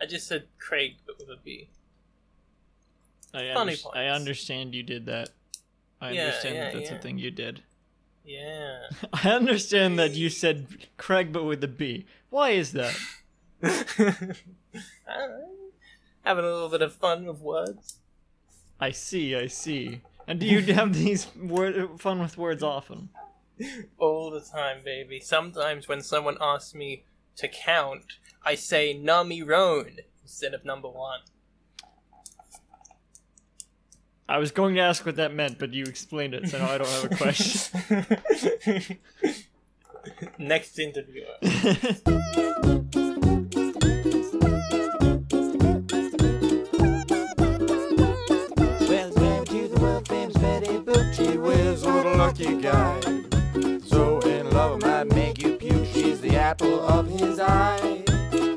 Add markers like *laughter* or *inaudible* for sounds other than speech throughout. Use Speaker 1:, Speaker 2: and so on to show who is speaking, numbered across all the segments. Speaker 1: I just said Craig, but with a B.
Speaker 2: I,
Speaker 1: Funny
Speaker 2: underst-
Speaker 1: points.
Speaker 2: I understand you did that. I
Speaker 1: Yeah,
Speaker 2: understand that
Speaker 1: yeah,
Speaker 2: that's a
Speaker 1: yeah.
Speaker 2: thing you did. *laughs*
Speaker 1: Yeah.
Speaker 2: I understand that you said Craig, but with a B. Why is that?
Speaker 1: Alright. Having a little bit of fun with words.
Speaker 2: I see, I see.
Speaker 1: *laughs*
Speaker 2: And do you have these word- fun with words often?
Speaker 1: All the time, baby. Sometimes when someone asks me to count, I say Namiron instead of number one.
Speaker 2: I was going to ask what that meant, but you explained it, so now I don't have a question.
Speaker 1: *laughs* Next interviewer.
Speaker 3: Welcome to the world famous Betty Boop. She was what a lucky guy. So in love, I might make you puke. She's the apple of his eye.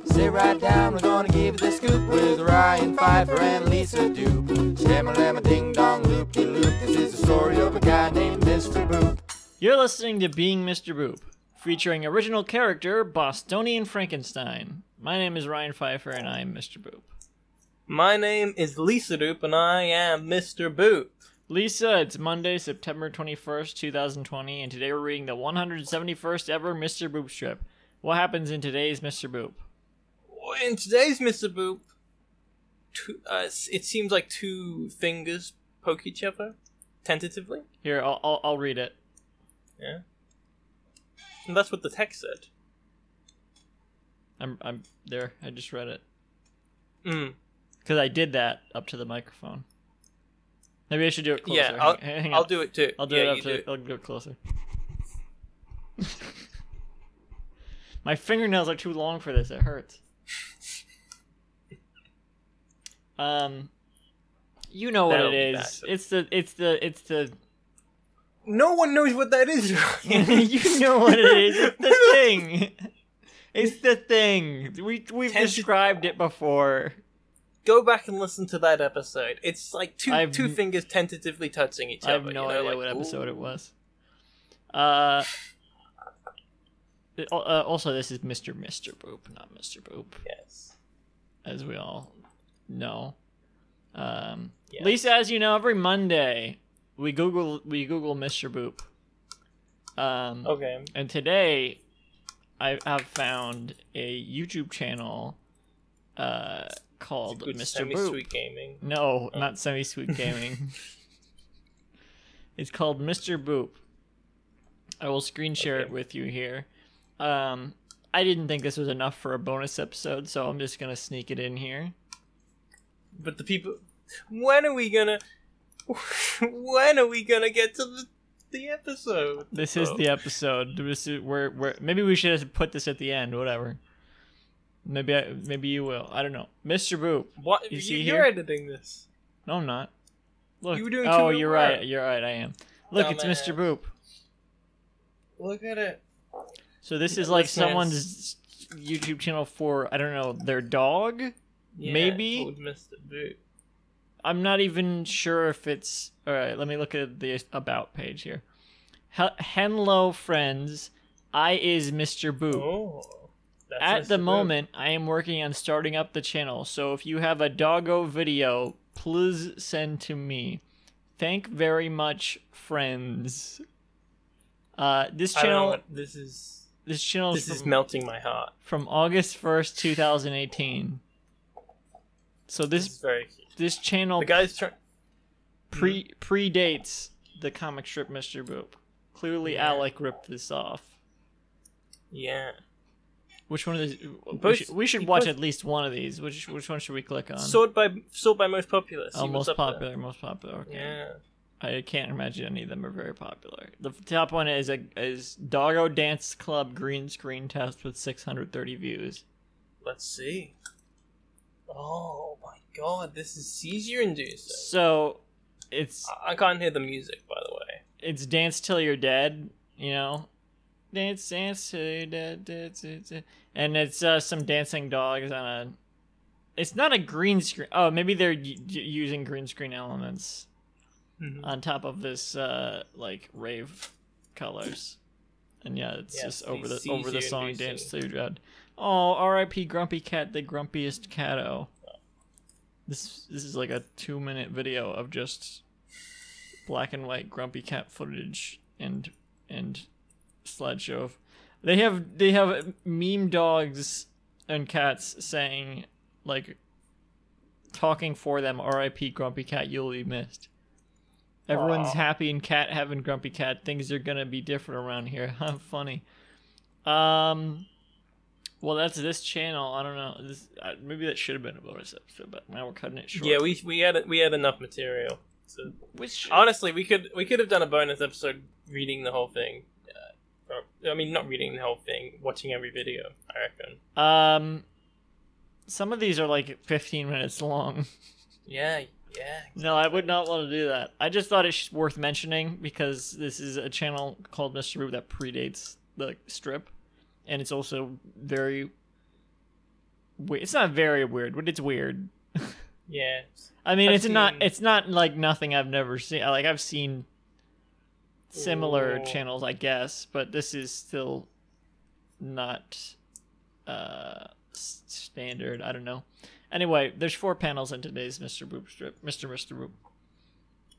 Speaker 3: Sit right down, we're gonna give you the scoop with Ryan Pfeiffer and Lisa Doop. Shamma lamma ding dong loop de loop. This is the story of a guy named Mr. Boop.
Speaker 2: You're listening to Being Mr. Boop, featuring original character Bostonian Frankenstein. My name is Ryan Pfeiffer, and I'm Mr. Boop.
Speaker 1: My name is Lisa Doop, and I am Mr. Boop.
Speaker 2: Lisa, it's Monday, September 21st, 2020, and today we're reading the 171st ever Mr. Boop strip. What happens in today's Mr. Boop?
Speaker 1: In today's Mr. Boop, two, uh, s- it seems like two fingers poke each other, tentatively.
Speaker 2: Here, I'll, I'll, I'll read it.
Speaker 1: Yeah. And that's what the text said.
Speaker 2: I'm, I'm there. I just read it.
Speaker 1: Mm.
Speaker 2: Because I did that up to the microphone. Maybe I should do it closer.
Speaker 1: Yeah, I'll,
Speaker 2: Hang- hang
Speaker 1: I'll
Speaker 2: on.
Speaker 1: do it too.
Speaker 2: I'll do
Speaker 1: yeah,
Speaker 2: it up
Speaker 1: you
Speaker 2: to. I'll do it closer. My fingernails are too long for this. It hurts. Um, you know what
Speaker 1: That'll
Speaker 2: it
Speaker 1: be
Speaker 2: is.
Speaker 1: bad.
Speaker 2: It's the. It's the. It's the. *laughs*
Speaker 1: No one knows what that is. *laughs*
Speaker 2: *laughs* you know what it is. It's the thing.
Speaker 1: *laughs*
Speaker 2: It's the thing. We we've
Speaker 1: Tentative-
Speaker 2: described it before.
Speaker 1: Go back and listen to that episode. It's like 2
Speaker 2: I've
Speaker 1: two
Speaker 2: n-
Speaker 1: fingers tentatively touching each
Speaker 2: I have
Speaker 1: other.
Speaker 2: no
Speaker 1: you know,
Speaker 2: idea
Speaker 1: like,
Speaker 2: what
Speaker 1: ooh.
Speaker 2: episode it was. Uh, it- al- uh, also, this is Mr. Mr. Boop, not Mr. Boop,
Speaker 1: Yes.
Speaker 2: as we all know. Um,
Speaker 1: Yeah.
Speaker 2: Lisa, as you know, every Monday we Google we Google Mr. Boop. Um,
Speaker 1: Okay.
Speaker 2: and today I have found a YouTube channel uh, called
Speaker 1: Good
Speaker 2: Mr. Boop.
Speaker 1: semi-sweet gaming.
Speaker 2: No, not Semi Sweet Gaming. it's called Mr. Boop. I will screen share it
Speaker 1: Okay.
Speaker 2: with you here. Um, I didn't think this was enough for a bonus episode, so I'm just gonna sneak it in here.
Speaker 1: But the people, when are we gonna? *laughs* When are we gonna get to the the episode?
Speaker 2: This is
Speaker 1: Oh.
Speaker 2: the episode. This is where where maybe we should have put this at the end. Whatever. Maybe I, maybe you will. I don't know, Mr. Boop.
Speaker 1: What
Speaker 2: You
Speaker 1: you
Speaker 2: see
Speaker 1: are
Speaker 2: here?
Speaker 1: editing this?
Speaker 2: No, I'm not. Look.
Speaker 1: You were doing
Speaker 2: oh,
Speaker 1: two in a
Speaker 2: you're
Speaker 1: row.
Speaker 2: right. You're right. I am. Look, it's Mr.
Speaker 1: Dumbass.
Speaker 2: Boop.
Speaker 1: Look at it.
Speaker 2: So this is
Speaker 1: Yeah,
Speaker 2: like
Speaker 1: listeners.
Speaker 2: someone's YouTube channel for I don't know their dog.
Speaker 1: Yeah,
Speaker 2: Maybe-
Speaker 1: old Mr. Boot.
Speaker 2: I'm not even sure if it's all right. Let me look at the about page here. H- Henlo friends, I is Mr. Boop.
Speaker 1: Oh, that's
Speaker 2: At the
Speaker 1: Mr. Boot.
Speaker 2: moment, I am working on starting up the channel, so if you have a doggo video, please send to me. Thank very much, friends. Uh, this
Speaker 1: I don't know
Speaker 2: channel,
Speaker 1: what- this is
Speaker 2: this channel
Speaker 1: this is melting my heart.
Speaker 2: from August 1st, 2018. So
Speaker 1: This is
Speaker 2: this
Speaker 1: very cute.
Speaker 2: this channel
Speaker 1: The guy's trying.
Speaker 2: pre predates the comic strip Mr. Boop. Clearly
Speaker 1: Yeah.
Speaker 2: Alec ripped this off.
Speaker 1: Yeah.
Speaker 2: Which one of these we
Speaker 1: both-
Speaker 2: should, we should
Speaker 1: he
Speaker 2: watch
Speaker 1: both-
Speaker 2: at least one of these. Which which one should we click on?
Speaker 1: Sort by sort by most popular. See
Speaker 2: oh,
Speaker 1: what's
Speaker 2: most
Speaker 1: up there.
Speaker 2: popular, most popular. Okay.
Speaker 1: Yeah.
Speaker 2: I can't imagine any of them are very popular. The f- top one is a is Doggo Dance Club green screen test with 630 views.
Speaker 1: Let's see. Oh my god, this is seizure inducing.
Speaker 2: So it's
Speaker 1: I I can't hear the music, by the way.
Speaker 2: it's dance till you're dead, you know. Dance, dance till you're dead, dance, dance, dance. and it's uh, some dancing dogs on a. It's not a green screen. Oh, maybe they're y- y- using green screen elements
Speaker 1: Mm-hmm.
Speaker 2: on top of this uh, like rave colors, and yeah, it's
Speaker 1: Yes,
Speaker 2: just over the
Speaker 1: these
Speaker 2: over the
Speaker 1: seizure
Speaker 2: song "Dance Till You're Dead." Oh, R.I.P. Grumpy Cat, the grumpiest catto. This this is like a two minute video of just black and white Grumpy Cat footage and and slideshow. Of, they have they have meme dogs and cats saying like talking for them. R.I.P. Grumpy Cat, you'll be missed. Everyone's
Speaker 1: Aw.
Speaker 2: happy and cat having Grumpy Cat. Things are gonna be different around here. *laughs* funny. Um, well, that's this channel. I don't know. This uh, maybe that should have been a bonus episode, but now we're cutting it short.
Speaker 1: Yeah, we we had we had enough material. So
Speaker 2: which
Speaker 1: honestly, we could we could have done a bonus episode reading the whole thing. Uh, or, I mean, not reading the whole thing, watching every video. I reckon.
Speaker 2: um, some of these are like 15 minutes long. *laughs*
Speaker 1: Yeah, yeah.
Speaker 2: No, I would not want to do that. I just thought it's worth mentioning because this is a channel called Mr. Boo that predates the strip, and it's also very. Weird. It's not very weird, but it's weird.
Speaker 1: Yeah.
Speaker 2: I mean,
Speaker 1: I've
Speaker 2: it's not.
Speaker 1: seen-
Speaker 2: It's not like nothing I've never seen. Like I've seen similar
Speaker 1: Ooh.
Speaker 2: channels, I guess, but this is still not uh s- standard. I don't know. Anyway, there's four panels in today's Mr. Boop strip. Mr. Mr. Boop.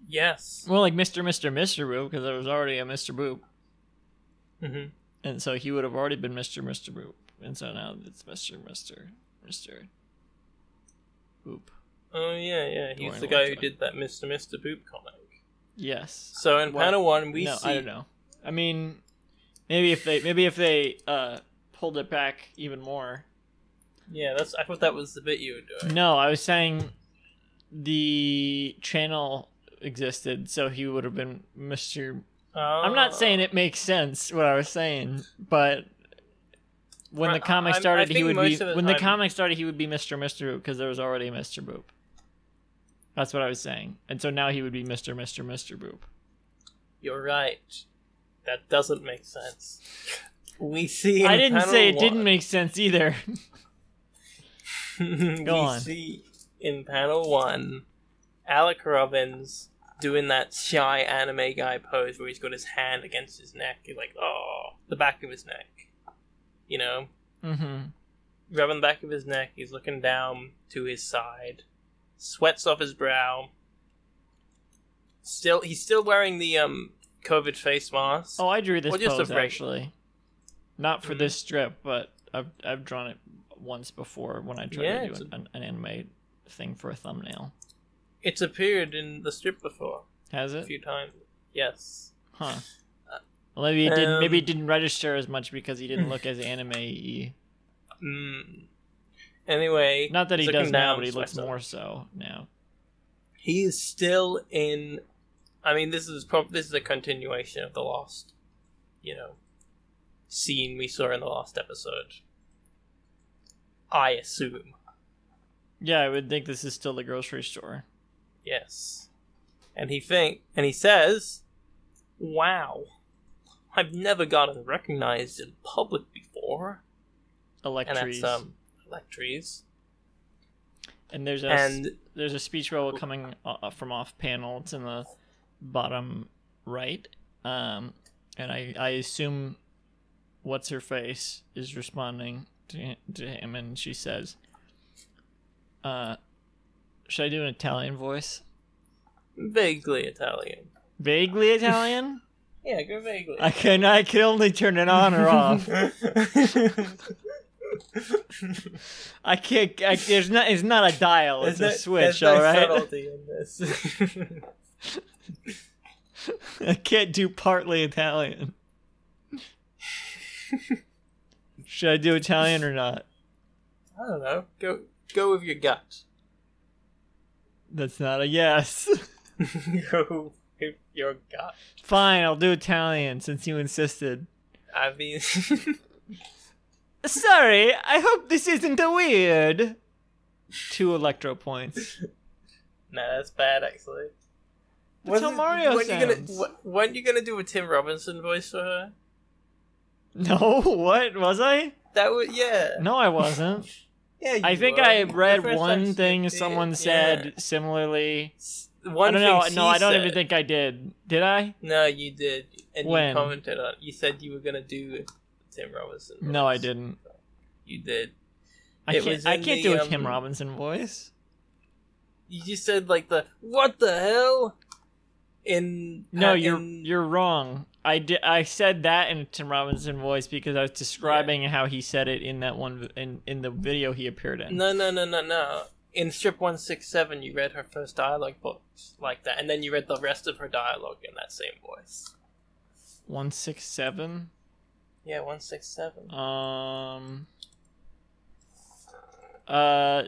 Speaker 1: Yes.
Speaker 2: Well, like Mr. Mr. Mr. Boop, because there was already a Mr. Boop,
Speaker 1: hmm
Speaker 2: and so he would have already been Mr. Mr. Boop, and so now it's Mr. Mr. Mr. Boop.
Speaker 1: Oh yeah, yeah.
Speaker 2: Dorian
Speaker 1: He's the guy who
Speaker 2: Winslow.
Speaker 1: did that Mr. Mr. Boop comic.
Speaker 2: Yes.
Speaker 1: So in
Speaker 2: Well,
Speaker 1: panel one, we
Speaker 2: no,
Speaker 1: see.
Speaker 2: I don't know. I mean, maybe if they maybe if they uh, pulled it back even more.
Speaker 1: Yeah, that's. I thought that was the bit you were doing.
Speaker 2: No, I was saying the channel existed, so he would have been Mister. I'm
Speaker 1: Uh,
Speaker 2: not saying it makes sense what I was saying, but when the
Speaker 1: Right,
Speaker 2: comic
Speaker 1: I'm- I
Speaker 2: started, he
Speaker 1: think
Speaker 2: would be
Speaker 1: most of the
Speaker 2: when the
Speaker 1: time-
Speaker 2: comic started, he would be Mister Mister Boop because there was already a Mister Boop. That's what I was saying, and so now he would be Mister Mister Mister Boop.
Speaker 1: You're right. That doesn't make
Speaker 2: *laughs*
Speaker 1: sense. We see.
Speaker 2: I
Speaker 1: in
Speaker 2: didn't
Speaker 1: panel
Speaker 2: say it
Speaker 1: one-
Speaker 2: didn't make sense either. *laughs*
Speaker 1: *laughs* we
Speaker 2: Go on.
Speaker 1: see in panel one, Alec Robbins doing that shy anime guy pose where he's got his hand against his neck. He's like, oh, the back of his neck. You know,
Speaker 2: mm-hmm.
Speaker 1: rubbing the back of his neck. He's looking down to his side. Sweats off his brow. Still, he's still wearing the um COVID face mask.
Speaker 2: Oh, I drew this
Speaker 1: Or just a
Speaker 2: pose
Speaker 1: break.
Speaker 2: actually. Not for
Speaker 1: Mhm.
Speaker 2: this strip, but I've I've drawn it once before when I tried
Speaker 1: Yeah,
Speaker 2: to do
Speaker 1: it's
Speaker 2: an, an anime thing for a thumbnail.
Speaker 1: It's appeared in the strip before
Speaker 2: Has
Speaker 1: a
Speaker 2: it?
Speaker 1: few times. Yes.
Speaker 2: Huh. Well, maybe it didn't. Maybe
Speaker 1: Um,
Speaker 2: it didn't register as much because he didn't look as anime.
Speaker 1: Mm. Anyway,
Speaker 2: Not that he
Speaker 1: he's looking
Speaker 2: does now,
Speaker 1: down,
Speaker 2: but he looks
Speaker 1: sweats off.
Speaker 2: more so now.
Speaker 1: he is still in i mean this is prob- this is a continuation of the last you know scene we saw in the last episode i assume
Speaker 2: Yeah, I would think this is still the grocery store.
Speaker 1: yes and he think and he says wow i've never gotten recognized in public before and
Speaker 2: Electries.
Speaker 1: that's um electries
Speaker 2: and there's a s-
Speaker 1: and
Speaker 2: there's a speech bubble coming uh, from off panel. It's in the bottom right, um, and I, I assume what's her face is responding to, to him, and she says, uh, "Should I do an Italian voice?
Speaker 1: vaguely italian
Speaker 2: Vaguely Italian?
Speaker 1: yeah go vaguely
Speaker 2: *laughs* I can I can only turn it on *laughs* or off. I can't. I, there's not. It's not a
Speaker 1: *laughs*
Speaker 2: dial. It's
Speaker 1: There's
Speaker 2: a
Speaker 1: no-
Speaker 2: switch.
Speaker 1: there's no
Speaker 2: all right.
Speaker 1: subtlety in this.
Speaker 2: *laughs*
Speaker 1: *laughs*
Speaker 2: I can't do partly Italian. Should I do Italian or not?
Speaker 1: I don't know. Go go with your gut.
Speaker 2: That's not a yes.
Speaker 1: *laughs*
Speaker 2: *laughs*
Speaker 1: go with your gut.
Speaker 2: Fine, I'll do Italian since you insisted.
Speaker 1: I mean, *laughs*
Speaker 2: Sorry, I hope this isn't a weird. Two electro points.
Speaker 1: no, that's bad actually.
Speaker 2: That's how
Speaker 1: Wasn't-
Speaker 2: Mario
Speaker 1: when You gonna,
Speaker 2: sounds.
Speaker 1: wh- when you gonna do a Tim Robinson voice for her?
Speaker 2: *laughs* No, what was I?
Speaker 1: That would yeah.
Speaker 2: No, I wasn't.
Speaker 1: Yeah, you
Speaker 2: I think
Speaker 1: were.
Speaker 2: I
Speaker 1: The
Speaker 2: read
Speaker 1: first
Speaker 2: one
Speaker 1: time
Speaker 2: thing
Speaker 1: she did
Speaker 2: someone
Speaker 1: it,
Speaker 2: said
Speaker 1: yeah.
Speaker 2: similarly.
Speaker 1: S- One
Speaker 2: I don't know.
Speaker 1: thing she
Speaker 2: No, I don't even
Speaker 1: said.
Speaker 2: think I did. Did I?
Speaker 1: No, you did, and
Speaker 2: When?
Speaker 1: you commented on. You said you were gonna do Tim Robinson.
Speaker 2: No, I
Speaker 1: voice.
Speaker 2: didn't.
Speaker 1: you did.
Speaker 2: I
Speaker 1: It
Speaker 2: can't.
Speaker 1: was
Speaker 2: I
Speaker 1: in
Speaker 2: can't
Speaker 1: the,
Speaker 2: do a
Speaker 1: um,
Speaker 2: Tim Robinson voice.
Speaker 1: You just said like the what the hell? In
Speaker 2: No,
Speaker 1: uh,
Speaker 2: you're
Speaker 1: in-
Speaker 2: you're wrong. I did. I said that in a Tim Robinson voice because I was describing how he said it in that one v- in in the video he appeared in.
Speaker 1: No, no, no, no, no. In strip one six seven, you read her first dialogue books like that, and then you read the rest of her dialogue in that same voice.
Speaker 2: One six seven.
Speaker 1: Yeah, one six
Speaker 2: Oh.
Speaker 1: seven.
Speaker 2: Um. Uh,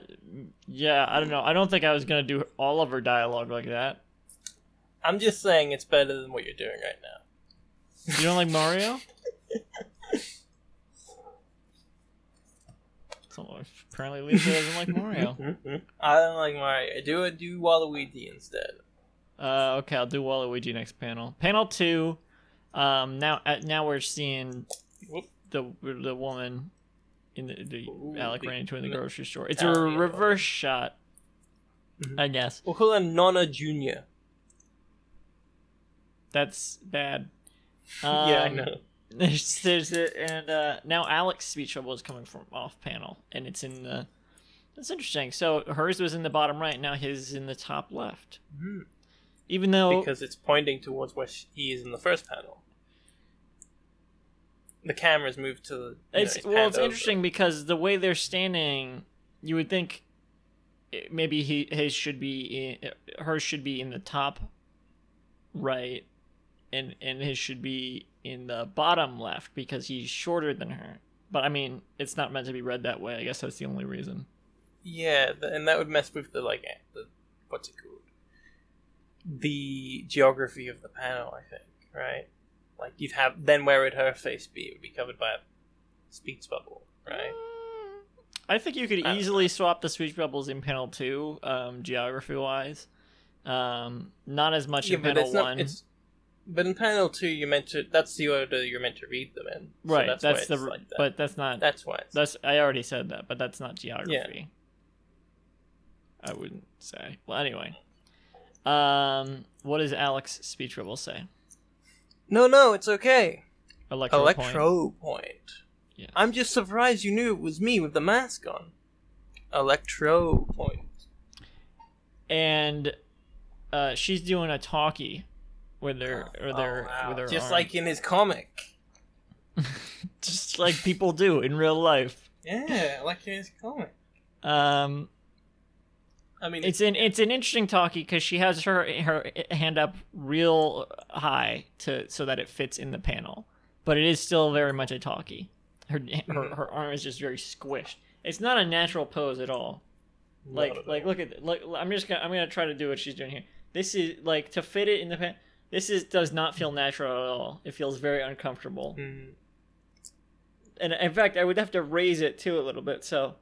Speaker 2: yeah. I don't know. I don't think I was gonna do all of her dialogue like that.
Speaker 1: I'm just saying it's better than what you're doing right now.
Speaker 2: You don't like Mario?
Speaker 1: *laughs*
Speaker 2: Someone- Apparently, Lisa doesn't like Mario.
Speaker 1: Mm-hmm, I don't like Mario. Do it. Do Waluigi instead.
Speaker 2: Uh, okay, I'll do Waluigi next panel. Panel two. Um, now uh, now we're seeing
Speaker 1: Whoop.
Speaker 2: the the woman in the, the
Speaker 1: Ooh,
Speaker 2: Alec
Speaker 1: the-
Speaker 2: ran into in the
Speaker 1: the-
Speaker 2: grocery store. It's a
Speaker 1: Italian
Speaker 2: reverse
Speaker 1: woman.
Speaker 2: shot,
Speaker 1: Mhm.
Speaker 2: I guess.
Speaker 1: We'll call her Nonna Junior.
Speaker 2: That's bad.
Speaker 1: *laughs* yeah, I
Speaker 2: Um,
Speaker 1: know.
Speaker 2: There's *laughs* there's a, and uh, now Alec's speech bubble is coming from off panel, and it's in the. That's interesting. So hers was in the bottom right. Now his is in the top left.
Speaker 1: Mhm.
Speaker 2: Even though
Speaker 1: Because it's pointing towards where sh- he is in the first panel. The camera's moved to the. you know,
Speaker 2: It's
Speaker 1: his
Speaker 2: well,
Speaker 1: hand
Speaker 2: it's
Speaker 1: over.
Speaker 2: interesting because the way they're standing, you would think it- maybe he his should be in, hers should be in the top right, and and his should be in the bottom left because he's shorter than her. But I mean, it's not meant to be read that way. I guess that's the only reason.
Speaker 1: Yeah, th- and that would mess with the like eh, the what's it called? The geography of the panel, I think, right? Like you'd have then where would her face be? It would be covered by a speech bubble, right?
Speaker 2: Mm. I think you could
Speaker 1: I don't
Speaker 2: easily swap the speech bubbles in panel two, um, geography wise. Um, not as much
Speaker 1: Yeah,
Speaker 2: in
Speaker 1: but
Speaker 2: panel
Speaker 1: it's not
Speaker 2: one.
Speaker 1: it's but in panel two you meant to that's the order you're meant to read them in. So
Speaker 2: right,
Speaker 1: why
Speaker 2: that's, the
Speaker 1: it's like that.
Speaker 2: but that's not
Speaker 1: that's why it's,
Speaker 2: That's I already said that, but that's not geography. I wouldn't say. Well, anyway, um, what does Alex's speech bubble say?
Speaker 1: No no, it's okay.
Speaker 2: Electro. Point.
Speaker 1: Electro point.
Speaker 2: Yes.
Speaker 1: I'm just surprised you knew it was me with the mask on. Electro point.
Speaker 2: And uh, she's doing a talkie with her or
Speaker 1: Oh,
Speaker 2: their
Speaker 1: wow.
Speaker 2: with her
Speaker 1: just
Speaker 2: arm.
Speaker 1: like in his comic.
Speaker 2: just like people do in real life.
Speaker 1: Yeah, like in his comic.
Speaker 2: Um,
Speaker 1: I mean,
Speaker 2: it's an it's an interesting talkie because she has her her hand up real high to so that it fits in the panel, but it is still very much a talkie. Her her,
Speaker 1: Mhm.
Speaker 2: her arm is just very squished. It's not a natural pose at all. Like like look at th- like I'm just gonna I'm gonna try to do what she's doing here. This is like to fit it in the pan. This is does not feel natural at all. It feels very uncomfortable.
Speaker 1: Mm,
Speaker 2: And in fact, I would have to raise it too a little bit. So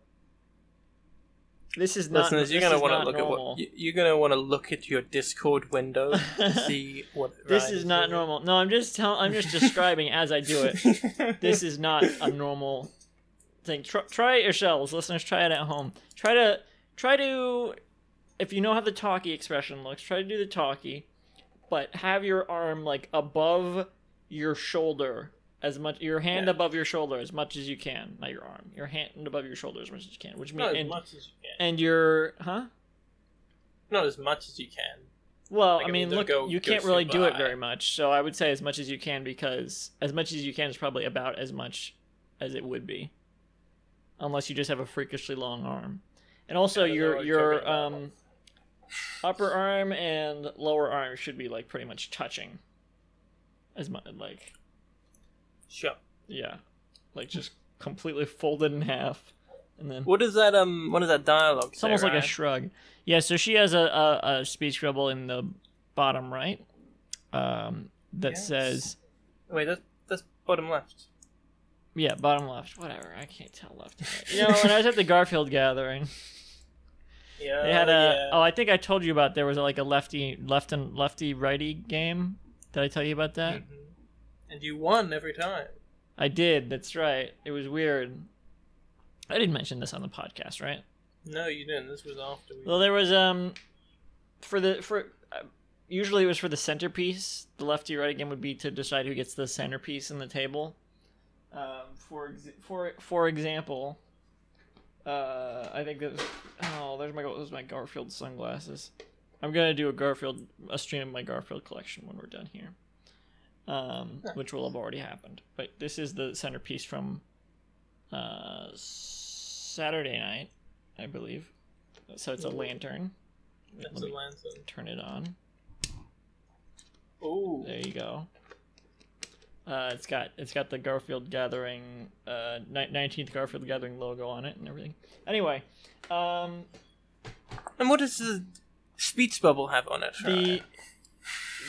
Speaker 2: this is not.
Speaker 1: listeners, you're
Speaker 2: this
Speaker 1: gonna
Speaker 2: is
Speaker 1: want to
Speaker 2: not
Speaker 1: look
Speaker 2: normal.
Speaker 1: at what you- you're gonna want to look at your Discord window
Speaker 2: *laughs*
Speaker 1: to see what.
Speaker 2: This
Speaker 1: Ryan
Speaker 2: is not
Speaker 1: doing.
Speaker 2: normal. No, I'm just tell- I'm just describing as I
Speaker 1: *laughs*
Speaker 2: do it. This is not a normal thing. Try, try it yourselves, listeners. Try it at home. Try to try to if you know how the talkie expression looks, try to do the talkie, but have your arm like above your shoulder as much your hand
Speaker 1: Yeah.
Speaker 2: above your shoulder as much as you can. Not your arm. Your hand above your shoulder as much as you can, which
Speaker 1: not
Speaker 2: means
Speaker 1: as
Speaker 2: and,
Speaker 1: much as you can.
Speaker 2: and your huh?
Speaker 1: Not as much as you can.
Speaker 2: Well,
Speaker 1: Like,
Speaker 2: I
Speaker 1: I
Speaker 2: mean,
Speaker 1: mean, they'll
Speaker 2: look,
Speaker 1: go-
Speaker 2: you
Speaker 1: go
Speaker 2: can't really do it
Speaker 1: goodbye.
Speaker 2: very much, so I would say as much as you can because as much as you can is probably about as much as it would be, unless you just have a freakishly long arm. And also,
Speaker 1: Yeah,
Speaker 2: your
Speaker 1: they're
Speaker 2: your
Speaker 1: all joking
Speaker 2: um, upper arm and lower arm should be like pretty much touching, as much like
Speaker 1: Sure.
Speaker 2: yeah, like just completely folded in half, and then
Speaker 1: What is that? Um, what is that dialogue?
Speaker 2: it's almost like a shrug. Yeah, so she has a, a, a speech bubble in the bottom right um, that
Speaker 1: Yes.
Speaker 2: says,
Speaker 1: Wait, that's that's bottom left.
Speaker 2: yeah, bottom left, whatever. I can't tell left. and right. You know, when I
Speaker 1: *laughs*
Speaker 2: was at the Garfield gathering,
Speaker 1: Yeah.
Speaker 2: they had a.
Speaker 1: yeah.
Speaker 2: Oh, I think I told you about there was like a lefty, left and lefty righty game. Did I tell you about that?
Speaker 1: Mhm. And you won every time.
Speaker 2: I did. That's right. It was weird. I didn't mention this on the podcast, right?
Speaker 1: No, you didn't. This was after we.
Speaker 2: Well, there was um, for the for uh, usually it was for the centerpiece. The lefty right again would be to decide who gets the centerpiece in the table. Um, for ex- for for example, Uh, I think that. Oh, there's my those are my Garfield sunglasses. I'm gonna do a Garfield a stream of my Garfield collection when we're done here, um, which will have already happened. But this is the centerpiece from uh, Saturday night, I believe. So it's a lantern. Wait,
Speaker 1: That's
Speaker 2: let
Speaker 1: a
Speaker 2: me
Speaker 1: lantern.
Speaker 2: turn it on.
Speaker 1: Ooh.
Speaker 2: There you go. Uh, it's got it's got the Garfield Gathering, uh, nineteenth Garfield Gathering logo on it and everything. Anyway, um,
Speaker 1: And what does the speech bubble have on it?
Speaker 2: the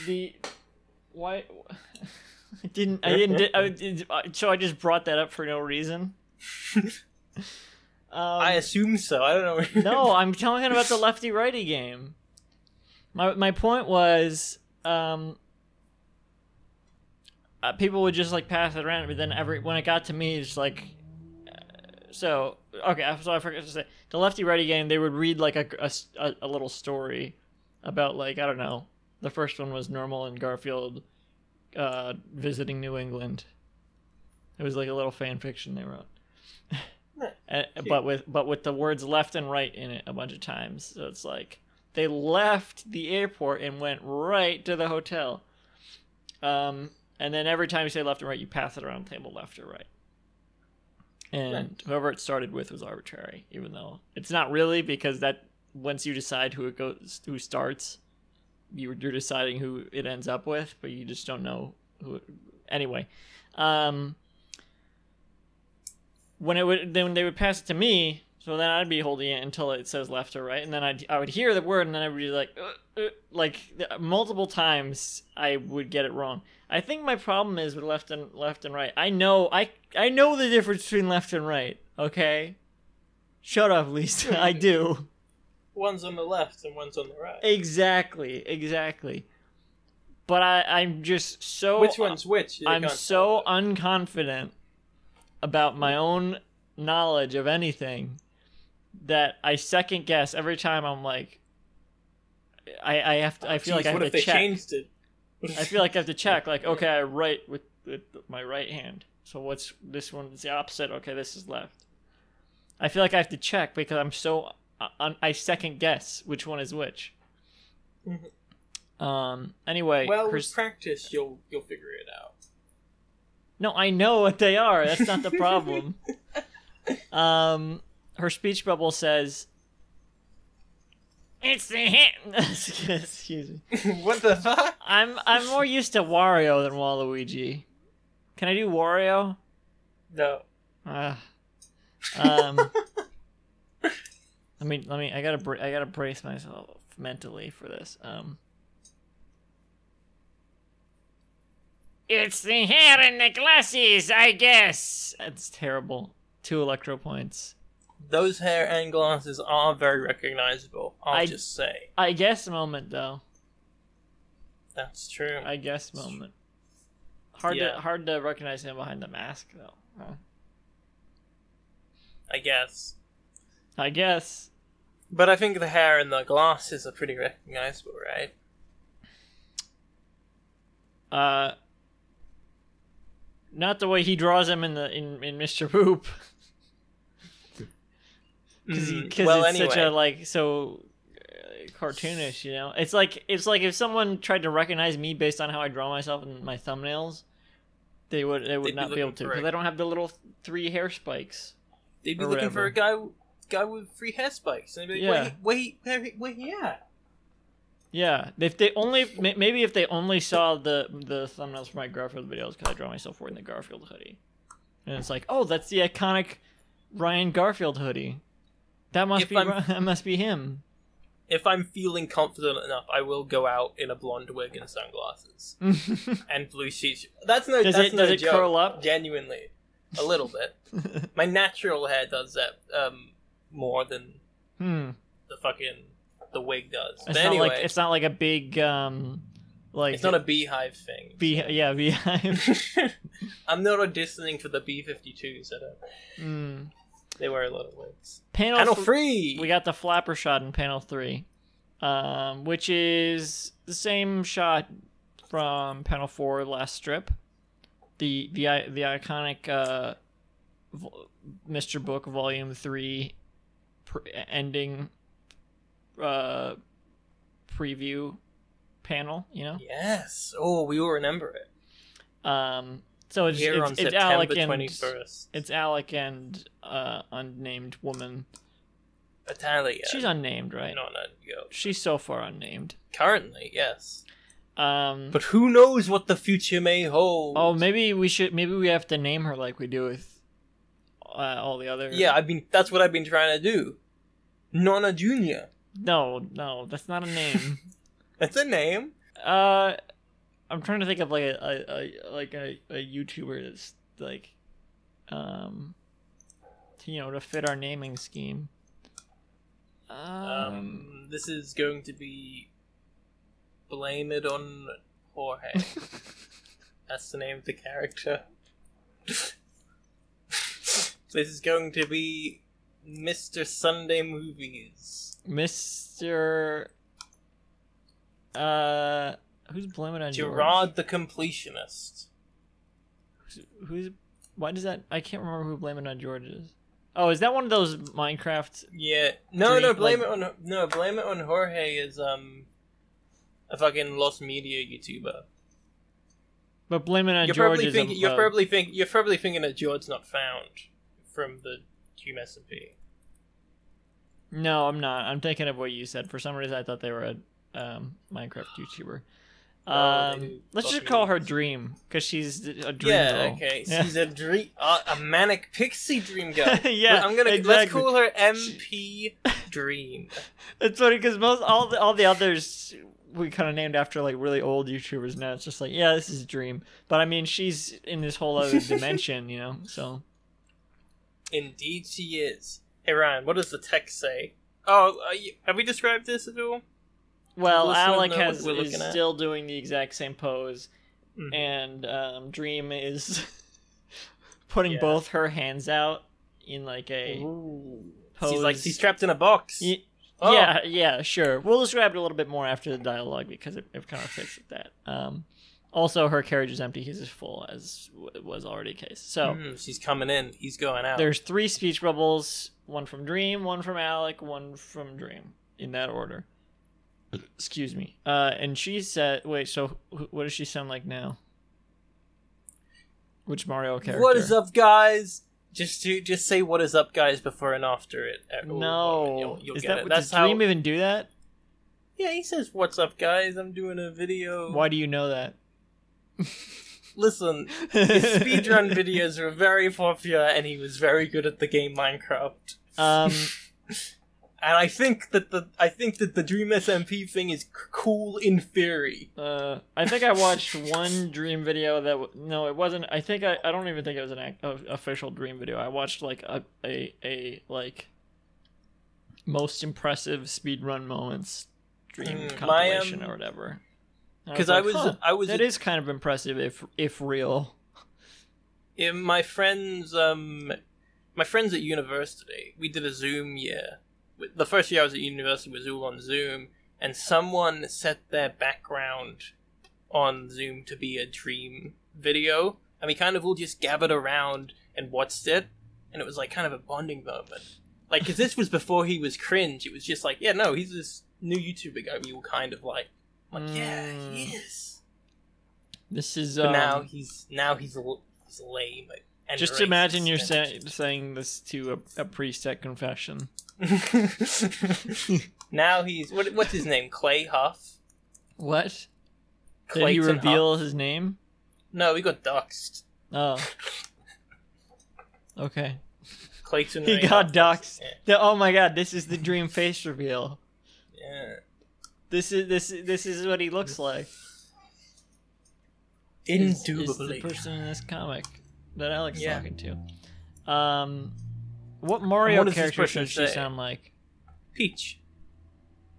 Speaker 2: the why *laughs* I didn't I didn't di- I, did, so I just brought that up for no reason. um,
Speaker 1: I assume so. I don't know. *laughs* what-
Speaker 2: *laughs* no, I'm talking about the lefty righty game. My my point was, um, uh, people would just like pass it around, but then every when it got to me, it's like, uh, so okay, so I forgot to say the lefty righty game. They would read like a, a s- a- a little story about like I don't know. The first one was Normal and Garfield uh, visiting New England. It was like a little fan fiction they wrote. Uh, but with but with the words left and right in it a bunch of times. So it's like they left the airport and went right to the hotel. Um, and then every time you say left and right, you pass it around the table left or right. And whoever it started with was arbitrary, even though it's not really because that once you decide who it goes who starts, you you're deciding who it ends up with, but you just don't know who. It, anyway, um, when it would then they would pass it to me so then i'd be holding it until it says left or right and then I'd, i would hear the word and then i'd be like uh, uh, like th- multiple times i would get it wrong i think my problem is with left and left and right i know i i know the difference between left and right okay shut up lisa i do
Speaker 1: One's on the left and one's on the right.
Speaker 2: exactly exactly but i i'm just so
Speaker 1: which one's which? You
Speaker 2: I'm
Speaker 1: can't
Speaker 2: so
Speaker 1: tell.
Speaker 2: unconfident about my own knowledge of anything that I second guess every time. I'm like, I I have to. I feel
Speaker 1: Jeez,
Speaker 2: like I
Speaker 1: what
Speaker 2: have
Speaker 1: if
Speaker 2: to
Speaker 1: they
Speaker 2: check.
Speaker 1: changed it?
Speaker 2: I feel like I have to check. Like, okay, I write with, with my right hand. So what's this one? Is the opposite. Okay, this is left. I feel like I have to check because I'm so I, I second guess which one is which.
Speaker 1: Mhm.
Speaker 2: Um. Anyway,
Speaker 1: well,
Speaker 2: her-
Speaker 1: with practice, you'll you'll figure it out. *laughs*
Speaker 2: No, I know what they are. That's not the problem. um, her speech bubble says, "It's the hit." *laughs* Excuse me.
Speaker 1: what the fuck?
Speaker 2: I'm I'm more used to Wario than Waluigi. Can I do Wario?
Speaker 1: No.
Speaker 2: Ugh. Uh, um, let me let me. I gotta br- I gotta brace myself mentally for this. Um, it's the hair and the glasses, I guess. That's terrible. Two electro points.
Speaker 1: Those hair and glasses are very recognizable. I'll
Speaker 2: I-
Speaker 1: just say
Speaker 2: I guess moment though.
Speaker 1: that's true.
Speaker 2: I guess moment. Hard
Speaker 1: Yeah.
Speaker 2: to hard to recognize him behind the mask though. Huh?
Speaker 1: I guess,
Speaker 2: I guess.
Speaker 1: but I think the hair and the glasses are pretty recognizable, right?
Speaker 2: Uh, not the way he draws him in the in, in Mr. Poop. because
Speaker 1: Mm, well,
Speaker 2: it's
Speaker 1: anyway,
Speaker 2: such a like so uh, cartoonish you know it's like it's like if someone tried to recognize me based on how i draw myself and my thumbnails they would they would
Speaker 1: They'd be
Speaker 2: not be, able
Speaker 1: looking
Speaker 2: to
Speaker 1: for
Speaker 2: because
Speaker 1: it.
Speaker 2: i don't have the little th- three hair spikes
Speaker 1: they'd be
Speaker 2: or
Speaker 1: looking for
Speaker 2: whatever.
Speaker 1: a guy guy with free hair spikes, and they'd be
Speaker 2: Yeah.
Speaker 1: like, wait, where, he- where, he- where he at?
Speaker 2: yeah if they only ma- maybe if they only saw the the thumbnails for my garfield videos because i draw myself wearing the garfield hoodie and it's like oh that's the iconic ryan garfield hoodie that must
Speaker 1: If
Speaker 2: be
Speaker 1: I'm-
Speaker 2: Ry- *laughs* that must be him *laughs*
Speaker 1: If I'm feeling confident enough, I will go out in a blonde wig and sunglasses and blue sheets. That's no.
Speaker 2: Does
Speaker 1: that's
Speaker 2: it-
Speaker 1: no
Speaker 2: does it
Speaker 1: joke.
Speaker 2: curl up?
Speaker 1: Genuinely, a little bit. My natural hair does that um, more than
Speaker 2: *laughs* hmm
Speaker 1: the fucking the wig does. But
Speaker 2: It's
Speaker 1: anyway,
Speaker 2: not like
Speaker 1: it's,
Speaker 2: it's not like a big um like
Speaker 1: not a beehive thing.
Speaker 2: bee yeah *laughs* beehive.
Speaker 1: *laughs* I'm not auditioning for the B52s. I don't.
Speaker 2: mm.
Speaker 1: They wear a lot of wigs.
Speaker 2: Panel,
Speaker 1: Panel
Speaker 2: th-
Speaker 1: free.
Speaker 2: We got the flapper shot in panel three, um, which is the same shot from panel four last strip. The the i- the iconic uh, vo- Mr. Book Volume Three pre- ending uh, preview panel. You know,
Speaker 1: Yes. Oh, we will remember it.
Speaker 2: um, so it's
Speaker 1: Here
Speaker 2: it's,
Speaker 1: on
Speaker 2: it's
Speaker 1: September
Speaker 2: Alec and
Speaker 1: 21st.
Speaker 2: it's Alec and uh, unnamed woman.
Speaker 1: Italia.
Speaker 2: She's unnamed, right?
Speaker 1: No, not yo.
Speaker 2: She's so far unnamed.
Speaker 1: Currently, yes.
Speaker 2: Um,
Speaker 1: But who knows what the future may hold?
Speaker 2: oh, maybe we should. Maybe we have to name her like we do with uh, all the other.
Speaker 1: yeah, I've been. That's what I've been trying to do. Nonna Junior.
Speaker 2: No, no, that's not
Speaker 1: *laughs*
Speaker 2: a name.
Speaker 1: That's a name.
Speaker 2: Uh, I'm trying to think of like a, a, a like a, a YouTuber that's like, um, to, you know, to fit our naming scheme. Um,
Speaker 1: Um, this is going to be. Blame it on Jorge.
Speaker 2: *laughs*
Speaker 1: That's the name of the character. *laughs* this is going to be Mr. Sunday Movies.
Speaker 2: Mr. Uh, who's blaming on George?
Speaker 1: Gerard the Completionist.
Speaker 2: Who's, who's why does that? I can't remember who blaming on George is. Oh, is that one of those Minecraft?
Speaker 1: Yeah. No,
Speaker 2: Dream-
Speaker 1: no, blame
Speaker 2: like-
Speaker 1: it on no, blame it on Jorge is um a fucking lost media YouTuber.
Speaker 2: But blaming on
Speaker 1: you're
Speaker 2: George
Speaker 1: probably
Speaker 2: is a-
Speaker 1: thinking you're
Speaker 2: a-
Speaker 1: probably think you're probably thinking that George's not found from the QMSP.
Speaker 2: No, I'm not. I'm thinking of what you said. For some reason, I thought they were a um, Minecraft YouTuber.
Speaker 1: Oh, they
Speaker 2: Um,
Speaker 1: do
Speaker 2: let's
Speaker 1: fucking
Speaker 2: just call her
Speaker 1: videos.
Speaker 2: Dream because she's a dream
Speaker 1: Yeah,
Speaker 2: girl.
Speaker 1: okay.
Speaker 2: Yeah.
Speaker 1: She's a dream uh, a manic pixie dream
Speaker 2: *laughs*
Speaker 1: girl.
Speaker 2: Yeah,
Speaker 1: But I'm gonna let's
Speaker 2: exactly.
Speaker 1: call her MP
Speaker 2: *laughs*
Speaker 1: Dream.
Speaker 2: It's funny because most all the all the others we kind of named after like really old YouTubers now. It's just like yeah, this is Dream, but I mean she's in this whole
Speaker 1: *laughs*
Speaker 2: other dimension, you know. So
Speaker 1: Indeed, she is. Hey Ryan, what does the text say? Oh, are you, have we described this at all?
Speaker 2: well,
Speaker 1: Let's not
Speaker 2: Alec
Speaker 1: know what
Speaker 2: has
Speaker 1: we're
Speaker 2: is
Speaker 1: looking at.
Speaker 2: still doing the exact same pose,
Speaker 1: Mhm.
Speaker 2: and um, Dream is *laughs* putting
Speaker 1: Yeah.
Speaker 2: both her hands out in like a.
Speaker 1: She's like
Speaker 2: Pose.
Speaker 1: she's trapped in a box.
Speaker 2: Ye-
Speaker 1: Oh.
Speaker 2: Yeah, yeah, sure. We'll describe it a little bit more after the dialogue because it, it kind of fits with that. Um, also, her carriage is empty; his is full, as w- was already the case. So
Speaker 1: Mm, she's coming in. He's going out.
Speaker 2: there's three speech bubbles: one from Dream, one from Alec, one from Dream, in that order. Excuse me. Uh, and she said, "Wait, so wh- what does she sound like now?" Which Mario character?
Speaker 1: What is up, guys? Just to just say what is up, guys, before and after it. at all
Speaker 2: No,
Speaker 1: time, you'll, you'll
Speaker 2: is
Speaker 1: get
Speaker 2: that
Speaker 1: it.
Speaker 2: does
Speaker 1: That's how.
Speaker 2: Dream even do that?
Speaker 1: Yeah, he says, "What's up, guys? I'm doing a video."
Speaker 2: Why do you know that?
Speaker 1: Listen, *laughs* his
Speaker 2: *laughs*
Speaker 1: speedrun videos were very popular, and he was very good at the game Minecraft.
Speaker 2: Um,
Speaker 1: And I think that the I think that the Dream SMP thing is c- cool in theory.
Speaker 2: uh, I think I watched one Dream video that w- no, it wasn't. I think I, I don't even think it was an ac- o- official Dream video. I watched like a a, a like most impressive speedrun moments Dream
Speaker 1: Mm, my,
Speaker 2: compilation
Speaker 1: um,
Speaker 2: or whatever. And
Speaker 1: Because I was
Speaker 2: like, huh,
Speaker 1: I was
Speaker 2: that is kind of impressive if if real.
Speaker 1: in my friends um my friends at university we did a zoom year With- the first year i was at university was all on zoom and someone set their background on zoom to be a dream video and we kind of all just gathered around and watched it and it was like kind of a bonding moment like because this was before he was cringe it was just like yeah no he's this new youtuber guy we all kind of like like yeah he
Speaker 2: Mm.
Speaker 1: is
Speaker 2: This is
Speaker 1: but
Speaker 2: um,
Speaker 1: now he's now he's, l- he's lame. And
Speaker 2: just
Speaker 1: racist
Speaker 2: imagine you're
Speaker 1: and-
Speaker 2: say, saying this to a, a priest at confession.
Speaker 1: *laughs* now he's what, what's his name? Clay Huff.
Speaker 2: What did he
Speaker 1: Clayton Huff.
Speaker 2: reveal his name?
Speaker 1: No, he got doxxed.
Speaker 2: Oh. *laughs* Okay.
Speaker 1: Clayton.
Speaker 2: He
Speaker 1: Ray
Speaker 2: got
Speaker 1: Huff.
Speaker 2: doxxed. oh my god, this is the dream face reveal.
Speaker 1: Yeah.
Speaker 2: This is this is- this is what he looks like.
Speaker 1: yeah.
Speaker 2: Is-
Speaker 1: Indubitably.
Speaker 2: Is the person in this comic that Alex is
Speaker 1: Yeah.
Speaker 2: talking to. Um what Mario
Speaker 1: What does this
Speaker 2: character
Speaker 1: person
Speaker 2: should she
Speaker 1: say?
Speaker 2: sound like?
Speaker 1: Peach.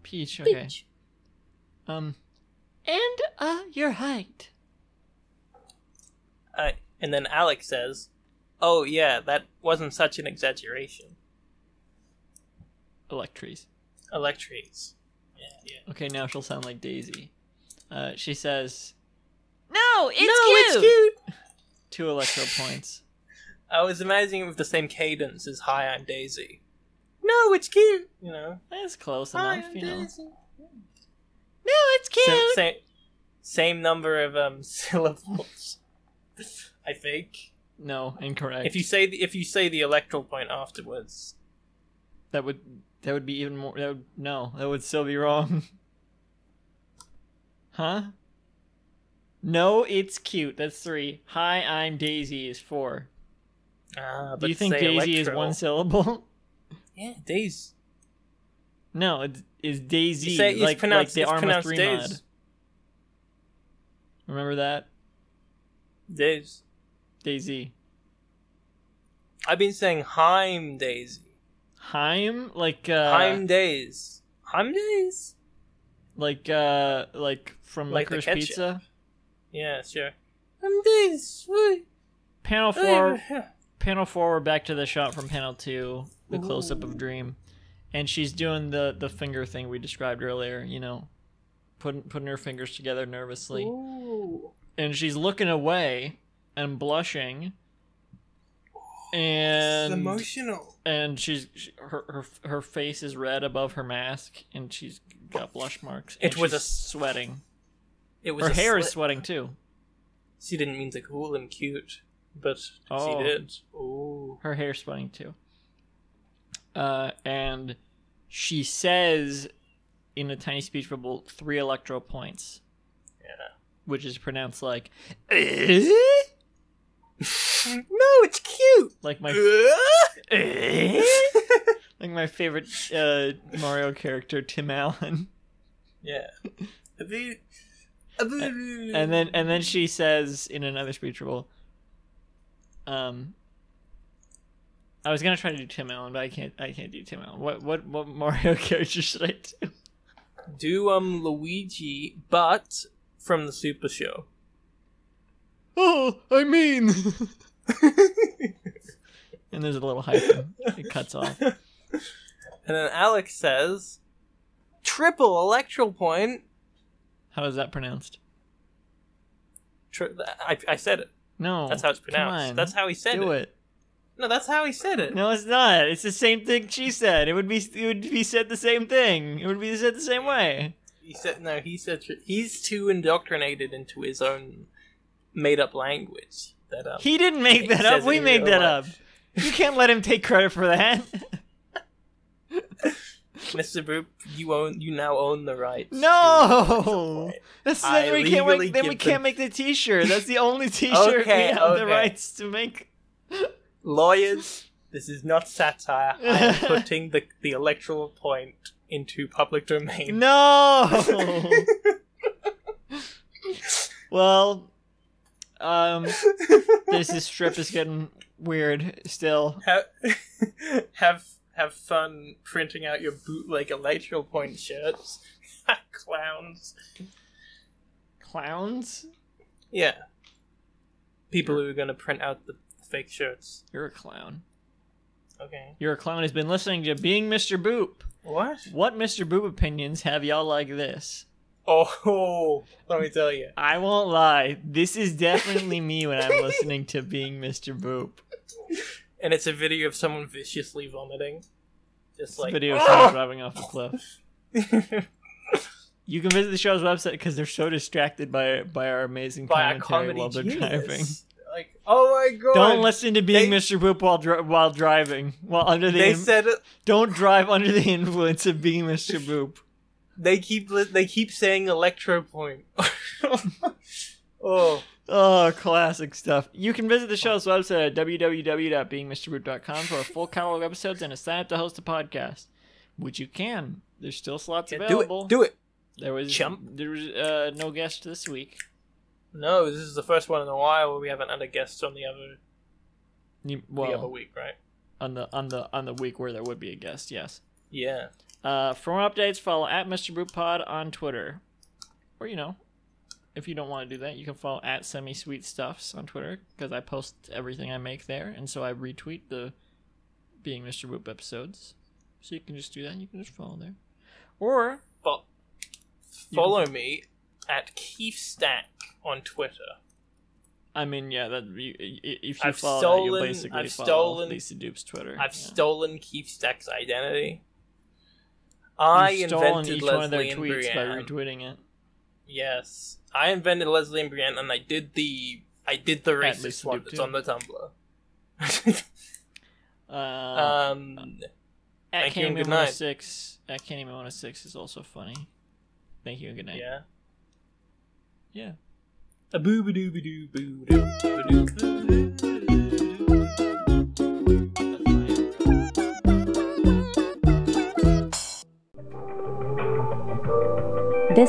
Speaker 2: Peach, okay. Um and uh your height.
Speaker 1: Uh, and then Alex says, "Oh yeah, that wasn't such an exaggeration."
Speaker 2: Electries.
Speaker 1: Electries. Yeah, yeah.
Speaker 2: Okay, now she'll sound like Daisy. Uh she says No, it's
Speaker 1: no, it's cute.
Speaker 2: Two electro points.
Speaker 1: I was imagining it with the same cadence as "Hi, I'm Daisy." no, it's cute. You know,
Speaker 2: That's close
Speaker 1: "Hi,
Speaker 2: enough,
Speaker 1: I'm
Speaker 2: you know.
Speaker 1: Daisy."
Speaker 2: No, it's cute.
Speaker 1: Sa- same, same number of um *laughs* syllables. I think
Speaker 2: no, incorrect.
Speaker 1: if you say the, if you say the electoral point afterwards,
Speaker 2: that would that would be even more. That would no, that would still be wrong. *laughs* huh? No, it's cute. That's three. Hi, I'm Daisy is four.
Speaker 1: ah, but
Speaker 2: Do you think
Speaker 1: say
Speaker 2: Daisy is
Speaker 1: electoral-
Speaker 2: one syllable? *laughs*
Speaker 1: Yeah, Daisy.
Speaker 2: no, it's, it's Daisy
Speaker 1: You say it's
Speaker 2: like
Speaker 1: pronounced.
Speaker 2: like
Speaker 1: it's
Speaker 2: the Arma
Speaker 1: pronounced
Speaker 2: three mod.
Speaker 1: Days.
Speaker 2: Remember that
Speaker 1: Days.
Speaker 2: Daisy.
Speaker 1: I've been saying Heim Daisy.
Speaker 2: Heim like uh
Speaker 1: Heim Days. Heim Days.
Speaker 2: like uh like from
Speaker 1: Like the
Speaker 2: Licorice
Speaker 1: ketchup.
Speaker 2: Pizza.
Speaker 1: Yeah, sure. Heim Days. Woo.
Speaker 2: Panel four.
Speaker 1: Woo. *laughs*
Speaker 2: panel four we're back to the shot from panel two the
Speaker 1: Ooh.
Speaker 2: close-up of dream and she's doing the the finger thing we described earlier you know putting putting her fingers together nervously
Speaker 1: Ooh.
Speaker 2: and she's looking away and blushing
Speaker 1: It's
Speaker 2: and
Speaker 1: emotional.
Speaker 2: and she's she, her, her her face is red above her mask and she's got blush marks and
Speaker 1: It was
Speaker 2: she's
Speaker 1: a-
Speaker 2: sweating
Speaker 1: It was
Speaker 2: her
Speaker 1: a
Speaker 2: hair is
Speaker 1: slit.
Speaker 2: sweating too
Speaker 1: She didn't mean to call him cute, but
Speaker 2: Oh.
Speaker 1: she did. Ooh.
Speaker 2: her hair sweating too. Uh, and she says in a tiny speech bubble three electro points.
Speaker 1: Yeah.
Speaker 2: Which is pronounced like
Speaker 1: no, it's cute.
Speaker 2: like *laughs* my
Speaker 1: yeah.
Speaker 2: like my favorite uh, Mario character Tim Allen. And
Speaker 1: And
Speaker 2: then and then she says in another speech bubble um I was gonna try to do Tim Allen, but I can't. I can't do Tim Allen. What what what Mario *laughs* character should I do?
Speaker 1: do um Luigi, but from the Super Show.
Speaker 2: Oh, I mean. and there's a little hyphen. It cuts off.
Speaker 1: And then Alex says, "Triple electral point."
Speaker 2: How is that pronounced?
Speaker 1: Tri- I, I said it.
Speaker 2: No.
Speaker 1: That's how it's
Speaker 2: Oh, come
Speaker 1: pronounced.
Speaker 2: on.
Speaker 1: That's how he said
Speaker 2: do
Speaker 1: it.
Speaker 2: it.
Speaker 1: No, that's how he said it.
Speaker 2: No, it's not. It's the same thing she said. It would be. It would be said the same thing. It would be said the same way.
Speaker 1: He said no. He said tri- he's too indoctrinated into his own made-up language that um,
Speaker 2: He didn't make
Speaker 1: He
Speaker 2: that
Speaker 1: says
Speaker 2: up.
Speaker 1: it
Speaker 2: We
Speaker 1: in
Speaker 2: made
Speaker 1: real
Speaker 2: that up.
Speaker 1: life.
Speaker 2: You can't let him take credit
Speaker 1: *laughs*
Speaker 2: for that.
Speaker 1: Mr. Boop, you own you now own the right. to-
Speaker 2: *laughs* *laughs* No. That's
Speaker 1: I
Speaker 2: then we can't
Speaker 1: legally
Speaker 2: make. Then we
Speaker 1: give
Speaker 2: can't
Speaker 1: them-
Speaker 2: make the T-shirt. That's the
Speaker 1: *laughs*
Speaker 2: only T-shirt
Speaker 1: Okay,
Speaker 2: we have
Speaker 1: okay.
Speaker 2: the rights to make.
Speaker 1: Lawyers, this is not satire. I
Speaker 2: *laughs*
Speaker 1: am putting the the electoral point into public domain. *laughs*
Speaker 2: No. well, um, this is strip is getting weird still.
Speaker 1: Have, *laughs* have have fun printing out your bootleg electoral point shirts. *laughs* Clowns.
Speaker 2: Clowns?
Speaker 1: Yeah. People who are gonna print out the fake shirts.
Speaker 2: You're a clown.
Speaker 1: Okay.
Speaker 2: You're a clown has been listening to Being Mr. Boop.
Speaker 1: What?
Speaker 2: What Mr. Boop opinions have y'all like this?
Speaker 1: Oh, *laughs* let me tell you.
Speaker 2: I won't lie. This is definitely me when I'm listening to Being Mr. Boop.
Speaker 1: And it's a video of someone viciously vomiting. Just
Speaker 2: It's
Speaker 1: like ah!
Speaker 2: a video of
Speaker 1: *laughs*
Speaker 2: someone driving off a cliff. You can visit the show's website because they're so distracted by by our amazing
Speaker 1: by a
Speaker 2: commentary
Speaker 1: comedy
Speaker 2: while they're
Speaker 1: genius.
Speaker 2: driving.
Speaker 1: Like, oh my god!
Speaker 2: Don't listen to being
Speaker 1: They-
Speaker 2: Mr. Boop while dri- while driving. While under the
Speaker 1: They
Speaker 2: in-
Speaker 1: said it.
Speaker 2: don't drive under the influence of being Mr. Boop.
Speaker 1: They keep li- they keep saying electro point. *laughs* oh,
Speaker 2: Oh, classic stuff. You can visit the show's website at www.beingmrboop.com for a full catalog of episodes and a sign up to host a podcast, which you can. There's still slots
Speaker 1: Yeah, do it!
Speaker 2: available.
Speaker 1: Do it!
Speaker 2: There was
Speaker 1: chump.
Speaker 2: there was uh, no guest this week.
Speaker 1: No, this is the first one in a while where we haven't had a guest on the other
Speaker 2: You,
Speaker 1: the other
Speaker 2: well,
Speaker 1: week, right?
Speaker 2: on the on the on the week where there would be a guest, yes.
Speaker 1: Yeah.
Speaker 2: Uh, for more updates, follow at Mr. Brew Pod on Twitter. Or, you know, if you don't want to do that, you can follow at Semi Sweet Stuffs on Twitter because I post everything I make there. And so I retweet the Being Mr. Boop episodes. So you can just do that. You can just follow there. Or,
Speaker 1: But
Speaker 2: You
Speaker 1: follow me at Keith Stack on Twitter.
Speaker 2: I mean, yeah, that you, i- if you
Speaker 1: I've
Speaker 2: follow that,
Speaker 1: stolen-
Speaker 2: you basically
Speaker 1: I've
Speaker 2: follow
Speaker 1: stolen-
Speaker 2: Lisa Dupe's Twitter.
Speaker 1: I've
Speaker 2: yeah.
Speaker 1: stolen Keith Stack's identity. I
Speaker 2: You've stolen
Speaker 1: invented
Speaker 2: each
Speaker 1: Leslie
Speaker 2: one of their
Speaker 1: and
Speaker 2: tweets by
Speaker 1: Brienne.
Speaker 2: retweeting it.
Speaker 1: Yes, I invented Leslie and Brienne, and I did the I did the
Speaker 2: At
Speaker 1: racist
Speaker 2: least
Speaker 1: one
Speaker 2: you
Speaker 1: that's
Speaker 2: do.
Speaker 1: on the Tumblr. *laughs*
Speaker 2: Uh,
Speaker 1: um,
Speaker 2: at
Speaker 1: thank you and
Speaker 2: Candyman
Speaker 1: good night.
Speaker 2: 106 at Candyman 106 is also funny. Thank you and good night.
Speaker 1: yeah.
Speaker 2: Yeah.
Speaker 1: A boo ba doo ba doo boo doo ba doo
Speaker 4: This